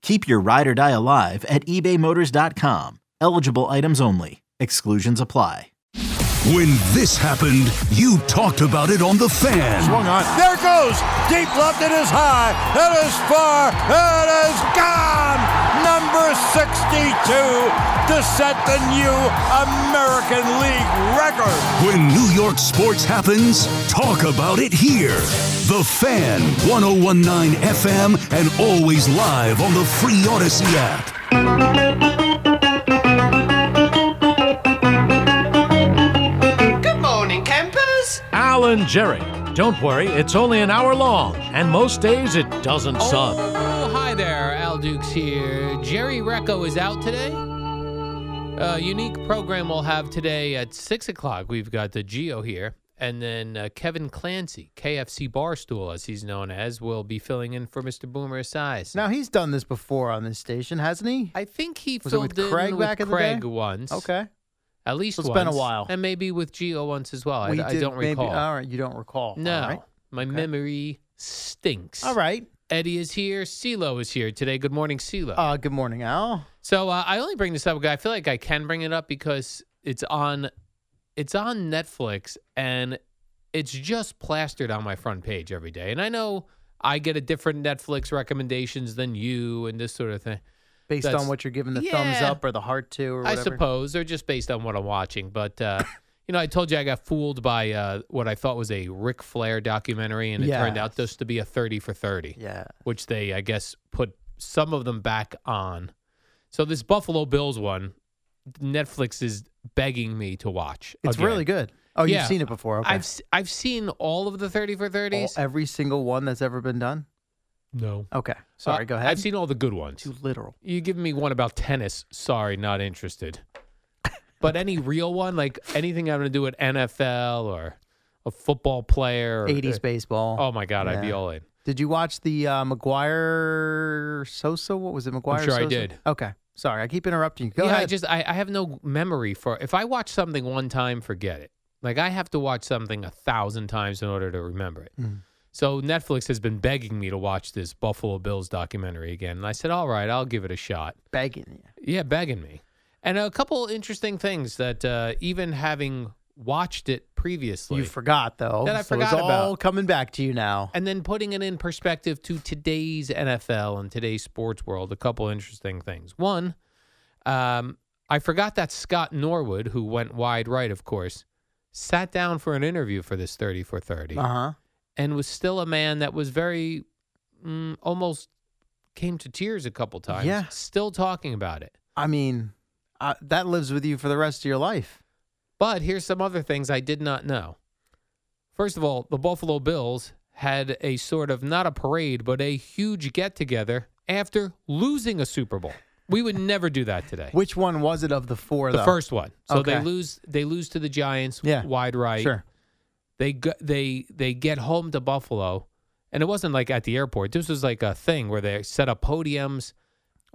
Keep your ride or die alive at ebaymotors.com. Eligible items only. Exclusions apply. When this happened, you talked about it on The Fan. Swung on. There it goes. Deep left. It is high. It is far. It is gone. Number 62 to set the new American League record. When New York sports happens, talk about it here. The Fan, 1019 FM, and always live on the free Odyssey app. Good morning, campers. Alan Jerry. Don't worry, it's only an hour long, and most days it doesn't suck. Oh, hi there, Al Dukes here. Jerry Recco is out today. A unique program we'll have today at 6 o'clock. We've got the Geo here, and then uh, Kevin Clancy, KFC Barstool, as he's known as, will be filling in for Mr. Boomer Esiason. Now he's done this before on this station, hasn't he? I think he Was it filled with in Craig with back in the Craig day? once. Okay. At least So it's once. been a while. And maybe with Geo once as well. I- We I, did don't maybe- recall. All right, you don't recall. No, All right. my memory stinks. All right. Eddie is here. CeeLo is here today. Good morning, CeeLo. Uh, good morning, Al. So uh, I only bring this up. 'cause I feel like I can bring it up because it's on, it's on Netflix, and it's just plastered on my front page every day. And I know I get a different Netflix recommendations than you, and this sort of thing. Based That's- on what you're giving the thumbs Yeah. up or the heart to or I whatever. suppose they're just based on what I'm watching. But uh, you know, I told you I got fooled by uh, what I thought was a Ric Flair documentary, and it turned out Yes. just to be a 30 for 30. Yeah. which they, I guess, put some of them back on. So this Buffalo Bills one, Netflix is begging me to watch. It's again. really good. Oh, Yeah. you've seen it before. Okay. I've s- I've seen all of the thirty for All- thirties. every single one that's ever been done. no, Okay. Sorry, Uh, go ahead. I've seen all the good ones. too literal. You give me one about tennis. Sorry, not interested. But any real one, like anything having to do with NFL or a football player, or, 80s baseball. Oh my God, I'd be Yeah. all in. Did you watch the uh, McGuire Sosa? What was it, McGuire? sure I Sosa? did. Okay. Sorry, I keep interrupting you. Go yeah, ahead. I just I, I have no memory for if I watch something one time, forget it. Like I have to watch something a thousand times in order to remember it. Mm-hmm. So Netflix has been begging me to watch this Buffalo Bills documentary again, and I said, "All right, I'll give it a shot." begging you. Yeah, begging me, and a couple interesting things that uh, even having watched it previously, You forgot though. That I so it's forgot about. all coming back to you now. and then putting it in perspective to today's NFL and today's sports world, a couple interesting things. One, um, I forgot that Scott Norwood, who went wide right, of course, sat down for an interview for this 30 for 30 Uh huh. and was still a man that was very mm, almost came to tears a couple times. Yeah. Still talking about it. I mean, uh, that lives with you for the rest of your life. But here's some other things I did not know. First of all, the Buffalo Bills had a sort of not a parade, but a huge get together after losing a Super Bowl. We would never do that today. Which one was it of the four? the though? first one. So they Okay. lose they lose to the Giants Yeah, wide right. Sure. They go, they they get home to Buffalo and it wasn't like at the airport. This was like a thing where they set up podiums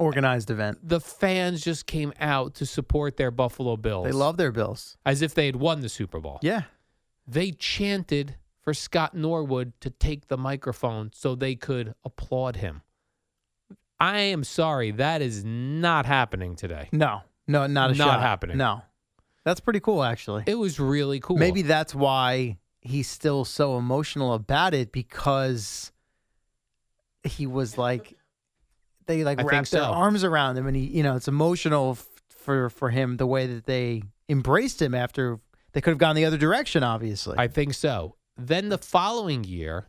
organized event. the fans just came out to support their Buffalo Bills. They love their Bills. as if they had won the Super Bowl. Yeah. They chanted for Scott Norwood to take the microphone so they could applaud him. I am sorry, that is not happening today. No. No, not a Not shot. happening. No. That's pretty cool, actually. It was really cool. Maybe that's why he's still so emotional about it because he was like, they like I think wrapped their so. arms around him, and he, you know, it's emotional f- for for him the way that they embraced him after they could have gone the other direction, obviously. I think so. Then the following year,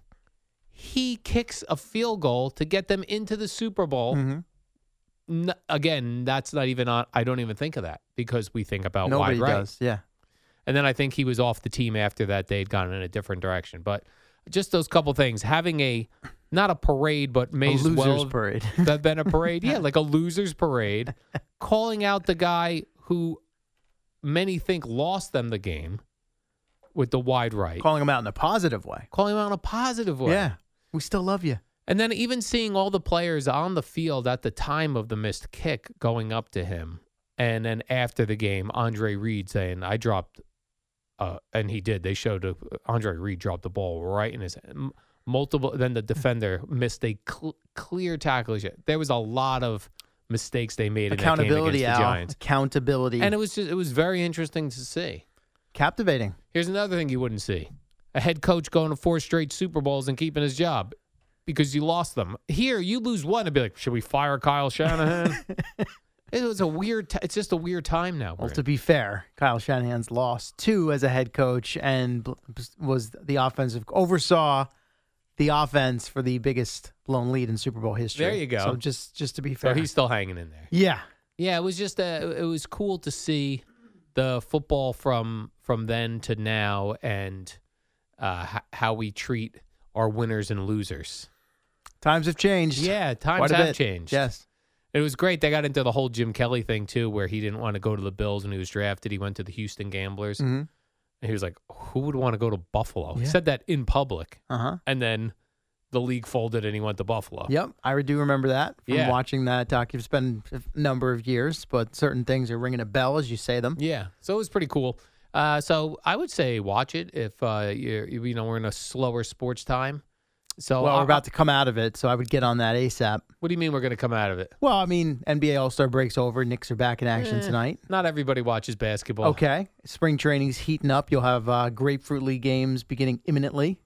he kicks a field goal to get them into the Super Bowl. Mhm. Mm-hmm. N- again, that's not even on. I don't even think of that because we think about Nobody wide right. does. Yeah. And then I think he was off the team after that. They had gone in a different direction. But just those couple things, having a not a parade, but may A as losers well parade. have been a parade. Yeah, like a losers parade, calling out the guy who many think lost them the game with the wide right, Calling him out in a positive way. calling him out in a positive way. Yeah. We still love you. And then even seeing all the players on the field at the time of the missed kick going up to him. And then after the game, Andre Reed saying, I dropped, uh, and he did. They showed uh, Andre Reed dropped the ball right in his m- multiple. Then the defender missed a cl- clear tackle. There was a lot of mistakes they made in that game against Accountability, the Al. Giants. Accountability. And it was just, it was very interesting to see. captivating. Here's another thing you wouldn't see a head coach going to four straight Super Bowls and keeping his job because you lost them. Here, you lose one and be like, should we fire Kyle Shanahan? it was a weird, t- it's just a weird time now. Well, we're in. to be fair, Kyle Shanahan's lost two as a head coach and bl- was the offensive oversaw the offense for the biggest blown lead in Super Bowl history. There you go. So just just to be so fair, he's still hanging in there. yeah, Yeah, it was just a, it was cool to see the football from from then to now and uh, h- how we treat our winners and losers. times have changed. Yeah, Quite times a have bit. changed. Yes, It was great. They got into the whole Jim Kelly thing too, where he didn't want to go to the Bills when he was drafted. He went to the Houston Gamblers, and Mhm. he was like, "Who would want to go to Buffalo?" He Yeah. said that in public, uh huh. and then the league folded, and he went to Buffalo. Yep, I do remember that from Yeah. watching that doc. It's been a number of years, but certain things are ringing a bell as you say them. Yeah, so it was pretty cool. Uh, so I would say watch it if uh, you're, you know we're in a slower sports time. So well, I- we're about to come out of it, so I would get on that ASAP. What do you mean we're going to come out of it? Well, I mean, NBA All Star breaks over. Knicks are back in action Eh. tonight. Not everybody watches basketball. Okay. Spring training's heating up. You'll have uh, Grapefruit League games beginning imminently.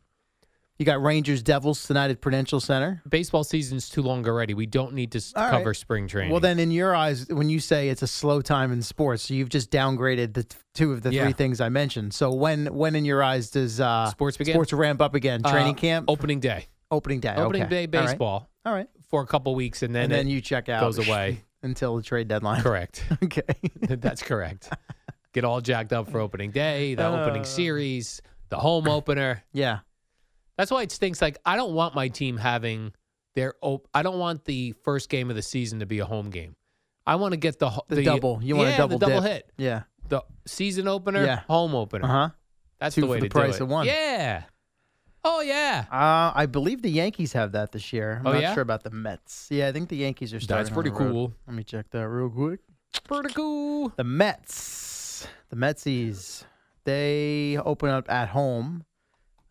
You got Rangers Devils tonight at Prudential Center. baseball season's too long already. We don't need to s- All right. cover spring training. Well, then, in your eyes, when you say it's a slow time in sports, you've just downgraded the t- two of the Yeah. three things I mentioned. So, when when in your eyes does uh, Sports begin? Sports ramp up again? Uh, Training camp, opening day. opening day, opening okay. day All right. baseball All right, for a couple weeks and then and, then it you check out. goes away. until the trade deadline. correct okay. that's correct get all jacked up for opening day the Uh. opening series the home opener yeah. that's why it stinks like i don't want my team having their op- i don't want the first game of the season to be a home game i want to get the, ho- The, double. You want yeah, a double, the double dip. hit Yeah. the season opener Yeah. home opener Uh huh. that's Two the for way the to price do it of one. yeah oh yeah Uh, I believe the Yankees have that this year. I'm Oh, not yeah? sure about the Mets. Yeah, I think the Yankees are starting. that's on pretty the road. cool Let me check that real quick. pretty cool The Mets, the Metsies, they open up at home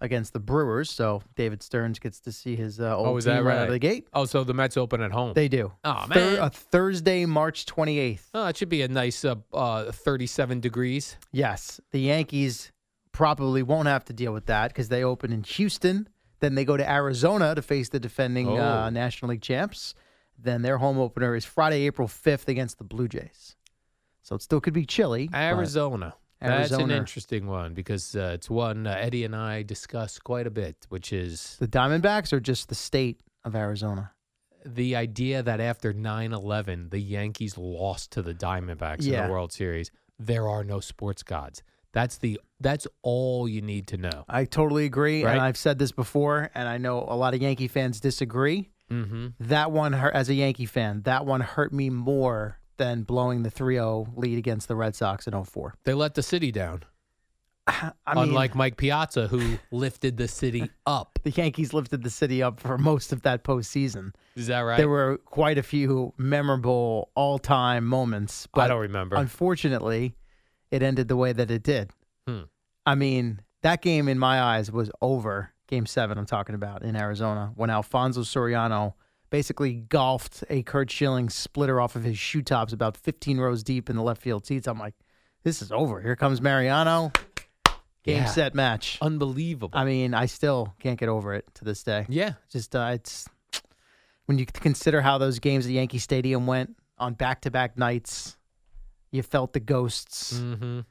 against the Brewers. So David Stearns gets to see his uh, old oh is team that right right out of the gate. oh so the mets open at home They do. Aw, Thur- man. a Thursday, March 28th. Oh, it should be a nice uh, uh, 37 degrees. Yes, the Yankees probably won't have to deal with that because they open in Houston. Then they go to Arizona to face the defending uh, Oh. National League champs. Then their home opener is Friday, April 5th against the Blue Jays. So it still could be chilly. but- Arizona. That's an Arizona. interesting one because uh, it's one uh, Eddie and I discuss quite a bit, which is The Diamondbacks are just the state of Arizona. the idea that after 9 11, the Yankees lost to the Diamondbacks in Yeah. the World Series. There are no sports gods. That's the that's all you need to know. I totally agree. Right. And I've said this before, and I know a lot of Yankee fans disagree. Mm-hmm. That one hurt, as a Yankee fan, that one hurt me oh more than blowing the 3 0 lead against the Red Sox in 04. They let the city down. I mean, unlike Mike Piazza, who lifted the city up. the Yankees lifted the city up for most of that postseason. Is that right? There were quite a few memorable all-time moments, but I don't remember. Unfortunately, it ended the way that it did. Hmm. I mean, that game in my eyes was over. Game seven, I'm talking about in Arizona, when Alfonso Soriano basically golfed a Kurt Schilling splitter off of his shoe tops about 15 rows deep in the left field seats. I'm like, this is over. Here comes Mariano. Game, Yeah. set, match. Unbelievable. I mean, I still can't get over it to this day. yeah. Just uh, it's when you consider how those games at Yankee Stadium went on back-to-back nights, you felt the ghosts, Mm-hmm.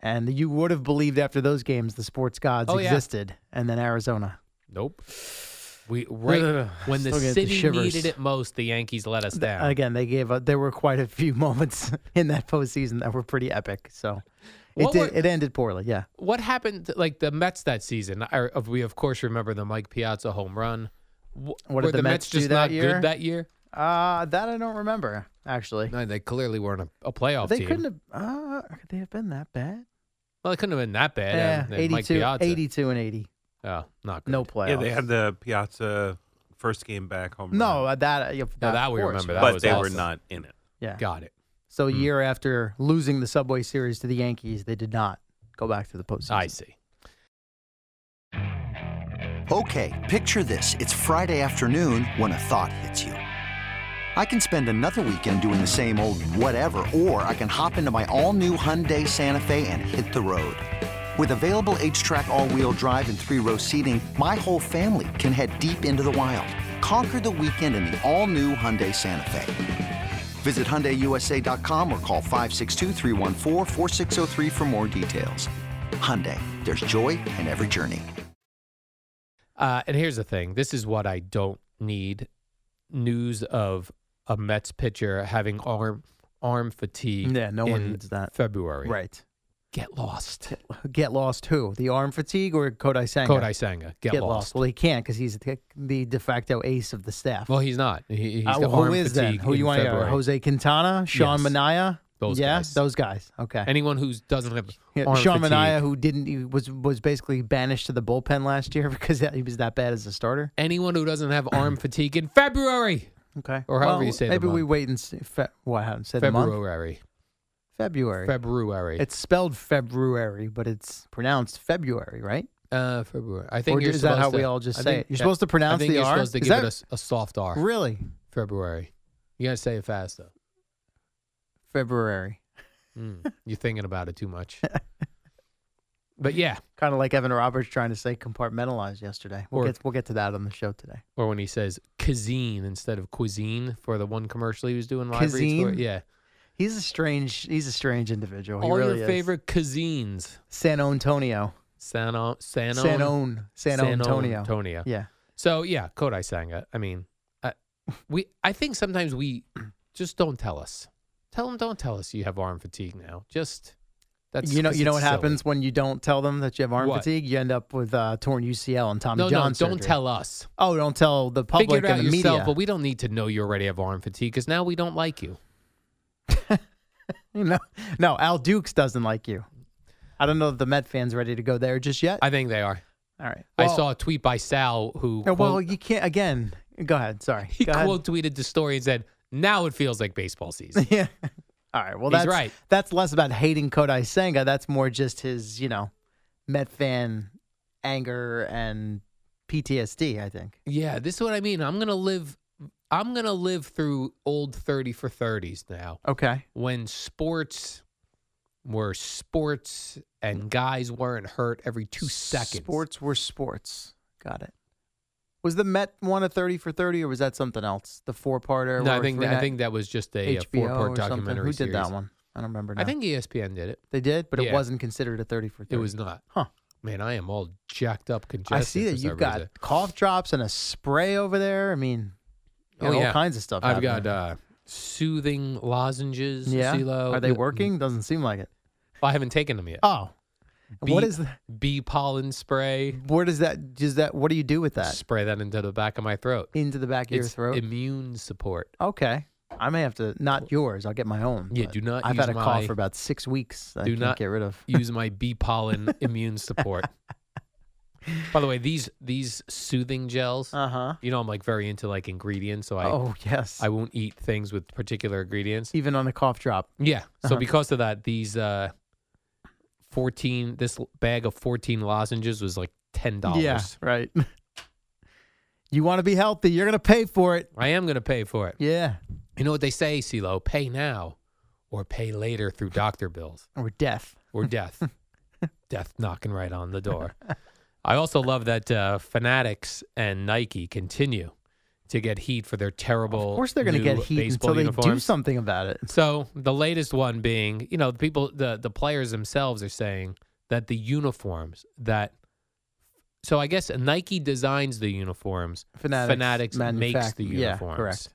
and you would have believed after those games the sports gods Oh, yeah. existed, and then Arizona. Nope. We right when the Still get the city shivers. needed it most, the Yankees let us down. Again, they gave. A, there were quite a few moments in that postseason that were pretty epic. So it What did, were- it ended poorly. Yeah, what happened? Like the Mets that season, I, of- we of course remember the Mike Piazza home run. What What did were the the Mets Mets, do just that not year? good that year? uh, that I don't remember actually. No, they clearly weren't a, a playoff They team. couldn't have. Uh, could they have been that bad? well, it couldn't have been that bad. and- and uh, Mike 82, Piazza. 82 and 80. Oh, not good. No playoffs. Yeah, they had the Piazza first game back home. run. No, uh, that, uh, that, that of we course, remember. right? That but was Mm. they were awesome. not in it. Yeah. Got it. So a year after losing the Subway Series to the Yankees, they did not go back to the postseason. I see. Okay, picture this. It's Friday afternoon when a thought hits you. I can spend another weekend doing the same old whatever, or I can hop into my all new Hyundai Santa Fe and hit the road. With available H track, all wheel drive, and three row seating, my whole family can head deep into the wild. Conquer the weekend in the all new Hyundai Santa Fe. Visit HyundaiUSA.com or call 562-314-4603 for more details. Hyundai, there's joy in every journey. Uh, and here's the thing: this is what I don't need news of a Mets pitcher having arm arm fatigue. Yeah, no one in needs that. February. Right. Get lost. Get lost who? The arm fatigue or Kodai Senga? Kodai Senga. Get, lost. Well, he can't because he's the, the de facto ace of the staff. Well, he's not. He, he's Uh, got who arm is then? fatigue Who in you uh, want to February. Jose Quintana, Sean Yes. Manaya? Those yeah, guys. those guys. Okay. Anyone who doesn't have Yeah, arm Sean fatigue. Mania, who didn't, he was was basically banished to the bullpen last year because he was that bad as a starter. Anyone who doesn't have arm fatigue in February. Okay, Or however you say the Maybe we month. wait and see. Fe- what I haven't said the month? February. February. February. It's spelled February, but it's pronounced February, right? uh, February. I think Or you're is that how supposed to- we all just I say think- it? You're supposed to pronounce I think the you're R? supposed to Is give that- it a s- a, soft R. Really, February. You gotta say it fast though. February. Mm, you're thinking about it too much. but yeah, Kind of like Evan Roberts trying to say compartmentalize yesterday. We'll Or- get we'll get to that on the show today. or when he says cuisine instead of cuisine for the one commercial he was doing live reads for. Cuisine? Yeah, He's a strange he's a strange individual. Oh, He all really your is. favorite cuisines. San Antonio. San o- San on- San On San San Antonio. Antonio. Yeah. So yeah, Kodai Sanga. I mean, I, we I think sometimes we just don't tell us. Tell them don't tell us you have arm fatigue now. Just that's you know 'cause you know it's what silly. happens when you don't tell them that you have arm What? fatigue? You end up with uh, torn UCL and Tommy no, John no, surgery. don't tell us. Oh, don't tell the public Figure it out and the yourself, media. but we don't need to know you already have arm fatigue because now we don't like you. You know, no, Al Dukes doesn't like you. I don't know if the Met fans ready to go there just yet. I think they are. All right. I saw a tweet by Sal who Well, well, quote- you can't. Again, go ahead. Sorry. he Go ahead. quote tweeted the story and said, "Now it feels like baseball season." Yeah. All right. Well, He's that's right. That's less about hating Kodai Senga. That's more just his, you know, Met fan anger and PTSD. I think. yeah, this is what I mean. I'm gonna live. I'm gonna live through old thirty for thirties now. Okay. when sports were sports and guys weren't hurt every two seconds. Sports were sports. Got it. Was the Met one a thirty for thirty, or was that something else? The four parter. No, I think I think that was just a, uh, HBO four-part or something. documentary Who did that series. one? I don't remember. Now. I think E ESPN did it. They did, but it Yeah. wasn't considered a 30 for 30. It was not. Huh. Man, I am all jacked up, congested. I see for that some you've got reason. cough drops and a spray over there. I mean, you Oh, know, all yeah. kinds of stuff. I've happening. got uh, soothing lozenges. yeah. CeeLo. Are they Uh, working? Doesn't seem like it. I haven't taken them yet. Oh, And what Bee- is that? Bee pollen spray. Where does that? Does that? What do you do with that? Spray that into the back of my throat. Into the back of your It's throat. Immune support. okay. I may have to not yours. I'll get my own. Yeah, but do not I've use had a cough my- for about six weeks. That I do can't not get rid of. use my bee pollen immune support. By the way, these these soothing gels, Uh huh. you know, I'm like very into like ingredients, so I Oh yes. I won't eat things with particular ingredients. Even on the cough drop. Yeah. So Uh-huh. because of that, these uh, fourteen this l- bag of fourteen lozenges was like ten dollars. Yeah. Right. you want to be healthy. You're gonna pay for it. I am gonna pay for it. Yeah. You know what they say, CeeLo? Pay now or pay later through doctor bills Or death. or death. death knocking right on the door. I also love that uh, Fanatics and Nike continue to get heat for their terrible. Of course, they're gonna new get heat baseball until they do uniforms. something about it. So the latest one being, you know, the people, the the players themselves are saying that the uniforms that, so I guess Nike designs the uniforms, Fanatics makes manufact- the yeah, uniforms, correct.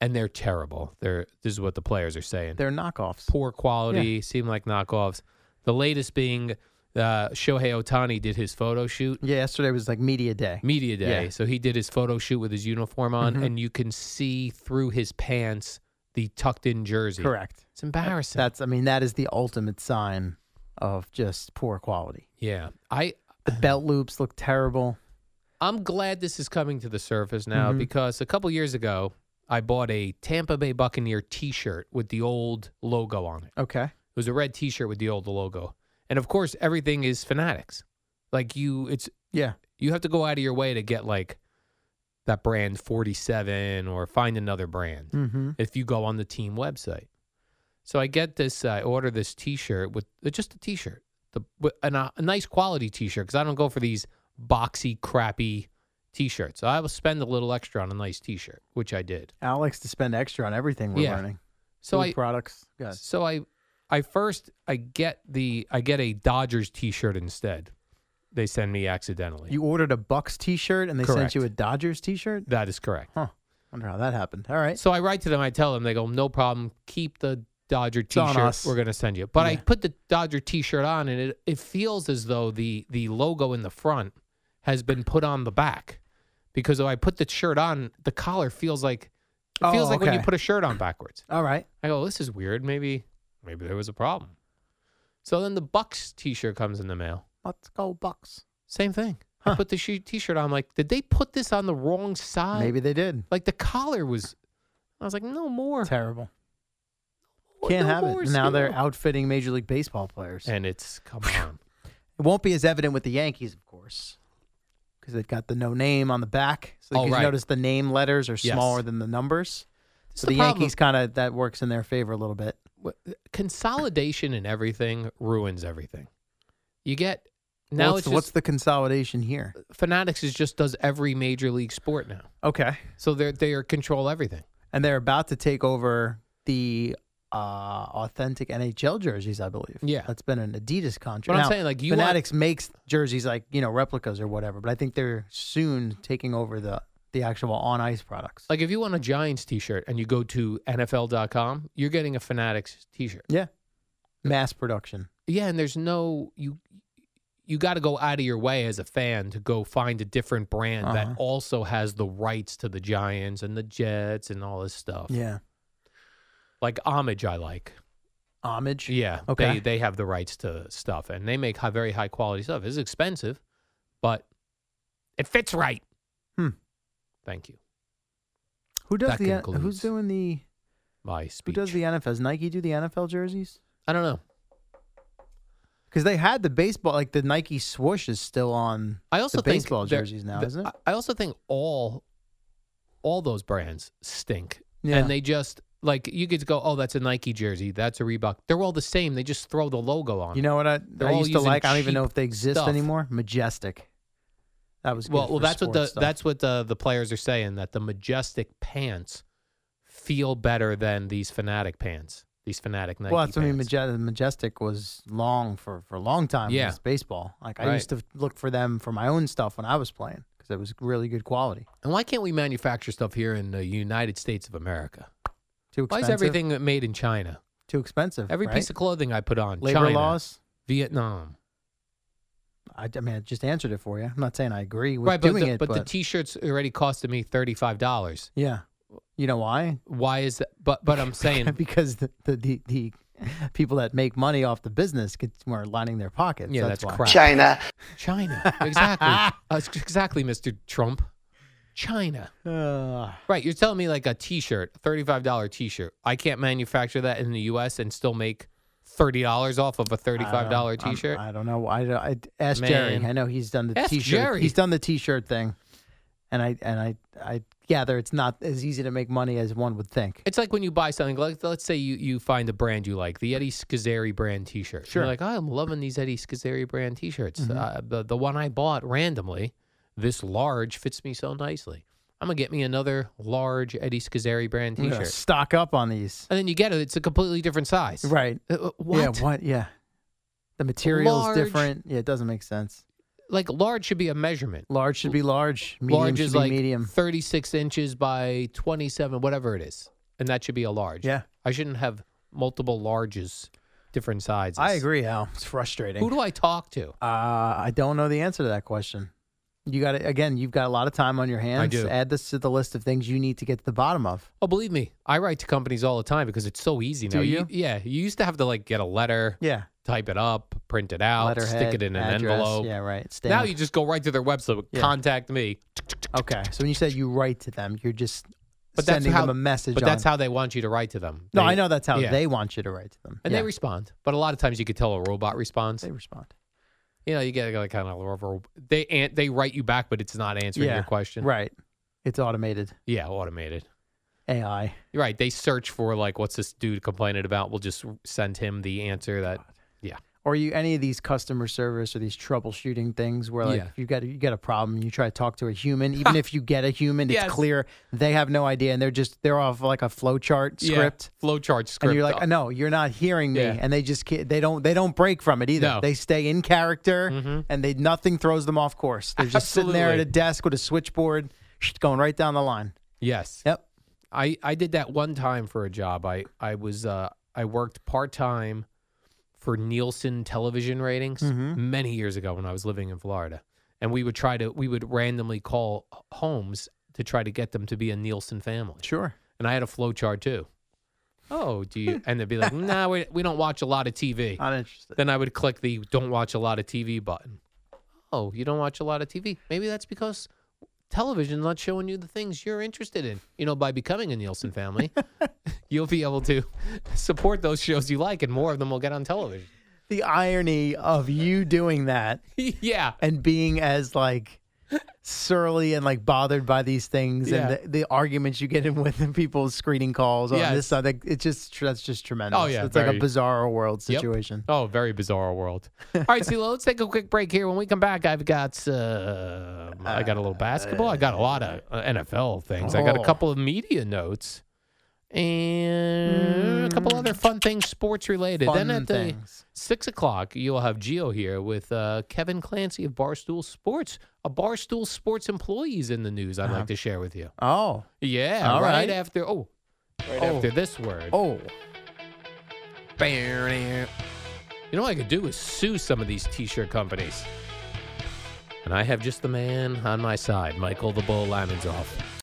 And they're terrible. They're this is what the players are saying. They're knockoffs. poor quality, seem like knockoffs. The latest being, uh, Shohei Otani did his photo shoot Yeah. Yesterday was like media day. media day. Yeah. Mm-hmm. So he did his photo shoot with his uniform on, and you can see through his pants the tucked in jersey. Correct. It's embarrassing. That's. I mean, that is the ultimate sign of just poor quality. yeah. I The belt loops look terrible. I'm glad this is coming to the surface now Mm-hmm. because a couple years ago I bought a Tampa Bay Buccaneer T-shirt with the old logo on it. Okay. It was a red T-shirt with the old logo, and of course everything is Fanatics. Like you, it's Yeah. you have to go out of your way to get like that brand 47 or find another brand Mm-hmm. if you go on the team website. So I get this, uh, I order this T-shirt with uh, just a T-shirt, the with- and a, a nice quality T-shirt because I don't go for these boxy, crappy T-shirts. I will spend a little extra on a nice T-shirt, which I did. Alex to spend extra on everything we're Yeah. learning. So Food I, products. Yes. so I, I first I get the I get a Dodgers T-shirt instead. They send me accidentally. You ordered a Bucks T-shirt and they sent you a Dodgers T-shirt. that is correct. Huh. Wonder how that happened. All right. So I write to them. I tell them. They go, no problem. Keep the Dodger on T-shirt. us. We're going to send you. But I Yeah. put the Dodger T-shirt on, and it it feels as though the the logo in the front has been put on the back because when I put the shirt on, the collar feels like it Oh, feels like when you okay. put a shirt on backwards. All right. I go, this is weird. Maybe maybe there was a problem. So then the Bucks T-shirt comes in the mail. Let's go Bucks. Same thing. I put the shi- T-shirt on. I'm like, did they put this on the wrong side? Maybe they did. Like the collar was. I was like, no more. Terrible. Well, Can't no have more it. Now they're scale. outfitting Major League Baseball players. And it's come on. It won't be as evident with the Yankees, of course, because they've got the no name on the back. So Oh, you right. notice the name letters are Yes. smaller than the numbers. So the the, problem. Yankees kind of that works in their favor a little bit. Consolidation and everything ruins everything. You get now what's, it's just, what's the consolidation here? Fanatics is just does every major league sport now. Okay, So they're they are control everything. and they're about to take over the uh, authentic NHL jerseys, I believe. Yeah. that's been an Adidas contract. But I'm Now, saying, like, you want- Fanatics makes jerseys like you know replicas or whatever, but I think they're soon taking over the the actual on ice products. Like if you want a Giants t-shirt and you go to NFL.com, you're getting a Fanatics t-shirt. yeah, mass production. Yeah, and there's no you you got to go out of your way as a fan to go find a different brand that Uh-huh. also has the rights to the Giants and the Jets and all this stuff. Yeah, Like homage I like. homage. Yeah. Okay. They, they have the rights to stuff and they make high, very high quality stuff. It's expensive, but it fits right. Hmm. Thank you. Who does That the concludes who's doing the My who speech. does the NFL? Does Nike do the NFL jerseys? I don't know. Because they had the baseball, like the Nike swoosh is still on. I also the think baseball they're- jerseys now, the- isn't it? I I also think all all those brands stink. Yeah. And they just like you could go, oh, that's a Nike jersey, that's a Reebok. They're all the same. They just throw the logo on. You it. know what I, They're I all used to using like? I don't even know cheap if they exist stuff. anymore. Majestic. That was good well, well, for that's what the sports stuff. that's what the the players are saying that the majestic pants feel better than these fanatic pants. These fanatic Nike well, that's what I mean. pants. Maje- Majestic was long for for a long time. Yeah. was baseball. Like I Right. used to look for them for my own stuff when I was playing because it was really good quality. And why can't we manufacture stuff here in the United States of America? Too Why expensive. is everything made in China? too expensive? Every right? piece of clothing I put on, labor China, laws. Vietnam, I, I mean, I just answered it for you. I'm not saying I agree with right? But doing the, it, but the t-shirts already costed me thirty-five dollars. yeah, You know why? Why is that? But but I'm saying, Because the the, the, the people that make money off the business get, were lining their pockets. yeah, that's, that's, why. crap. China. China, exactly, Uh, exactly, Mr. Trump. China, Ugh. right? You're telling me like a T-shirt, thirty-five dollar T-shirt. I can't manufacture that in the U.S. and still make thirty dollars off of a thirty-five dollar I'm- T-shirt. I don't know. I, don't- I ask Jerry. Man. I know he's done the Ask t-shirt. Jerry. He's done the t-shirt thing, and I and I I gather it's not as easy to make money as one would think. It's like when you buy something. Like, let's say you, you find a brand you like, the Eddie Scazzeri brand T-shirt. Sure. You're like, oh, I'm loving these Eddie Scazzeri brand T-shirts. Mm-hmm. Uh, the the one I bought randomly, this large fits me so nicely. I'm gonna get me another large Eddie Scazzeri brand I'm gonna T-shirt. Stock up on these. And then you get it; it's a completely different size. Right. Uh, uh, what? Yeah. What? Yeah. The material's Large. different. Yeah, it doesn't make sense. Like large should be a measurement. Large should be large. Medium large should is be like medium. 36 inches by 27, whatever it is, and that should be a large. Yeah. I shouldn't have multiple larges, different sizes. I agree, Al. It's frustrating. Who do I talk to? uh, I don't know the answer to that question. You got to again. You've got a lot of time on your hands. do. Add this to the list of things you need to get to the bottom of. Oh, believe me, I write to companies all the time because it's so easy now. Do you? Yeah, you used to have to like get a letter, Yeah. type it up, print it out, stick Letterhead, it in an address, envelope. Yeah, right. Now stamp. you just go right to their website. Yeah. Contact me. Okay. So when you said you write to them, you're just But that's sending how- them a message. But that's on- how they want you to write to them. No, They- I know that's how yeah. they want you to write to them. And yeah. they respond, but a lot of times you could tell a robot responds. They respond. You know, you get like kind of a ro- they an- they write you back, but it's not answering your question. Right. It's automated Yeah, automated. AI. You're right. They search for like, what's this dude complaining about? We'll just send him the answer that. Yeah. Or you any of these customer service or these troubleshooting things where like Yeah. you got you got a problem, you try to talk to a human, even if you get a human, it's Yes. clear they have no idea and they're just they're off like a flow chart script. Yeah. Flowchart script. And you're like, no, you're not hearing me, Yeah. and they just ca- they don't they don't break from it either. No. Mm-hmm. They stay in character, and they nothing throws them off course. They're just sitting there at Absolutely. a desk with a switchboard, going right down the line. Yes. Yep. I, I did that one time for a job. I, I was uh, I worked part time for Nielsen television ratings Mm-hmm. many years ago when I was living in Florida. And we would try to we would randomly call h- homes to try to get them to be a Nielsen family. Sure. And I had a flow chart too. Oh, do you and they'd be like, nah, we, we don't watch a lot of TV. Not interested. then I would click the don't watch a lot of TV button. Oh, you don't watch a lot of TV? Maybe that's because television's not showing you the things you're interested in. You know, by becoming a Nielsen family, you'll be able to support those shows you like, and more of them will get on television. The irony of you doing that yeah. and being as like surly and like bothered by these things Yeah. and the, the arguments you get in with the people's screening calls on Yes. this side. Like, it's just that's just tremendous. Oh, yeah, it's like very. a bizarro world Yep. situation. Oh, very bizarre world. All right, CeeLo, let's take a quick break here. When we come back, I've got uh, I got a little basketball. I got a lot of uh, NFL things. I got a Oh. couple of media notes and a couple other fun things, sports related. Mm. Fun then at things. the six o'clock, you'll have Geo here with uh, Kevin Clancy of Barstool Sports. A Barstool Sports employee is in the news. I'd like to share with you. Oh, Yeah, Uh-huh. all right, right. after oh, right after this word. oh, You know what I could do is sue some of these t-shirt companies. And I have just the man on my side, Michael the Bull Lamonsoff.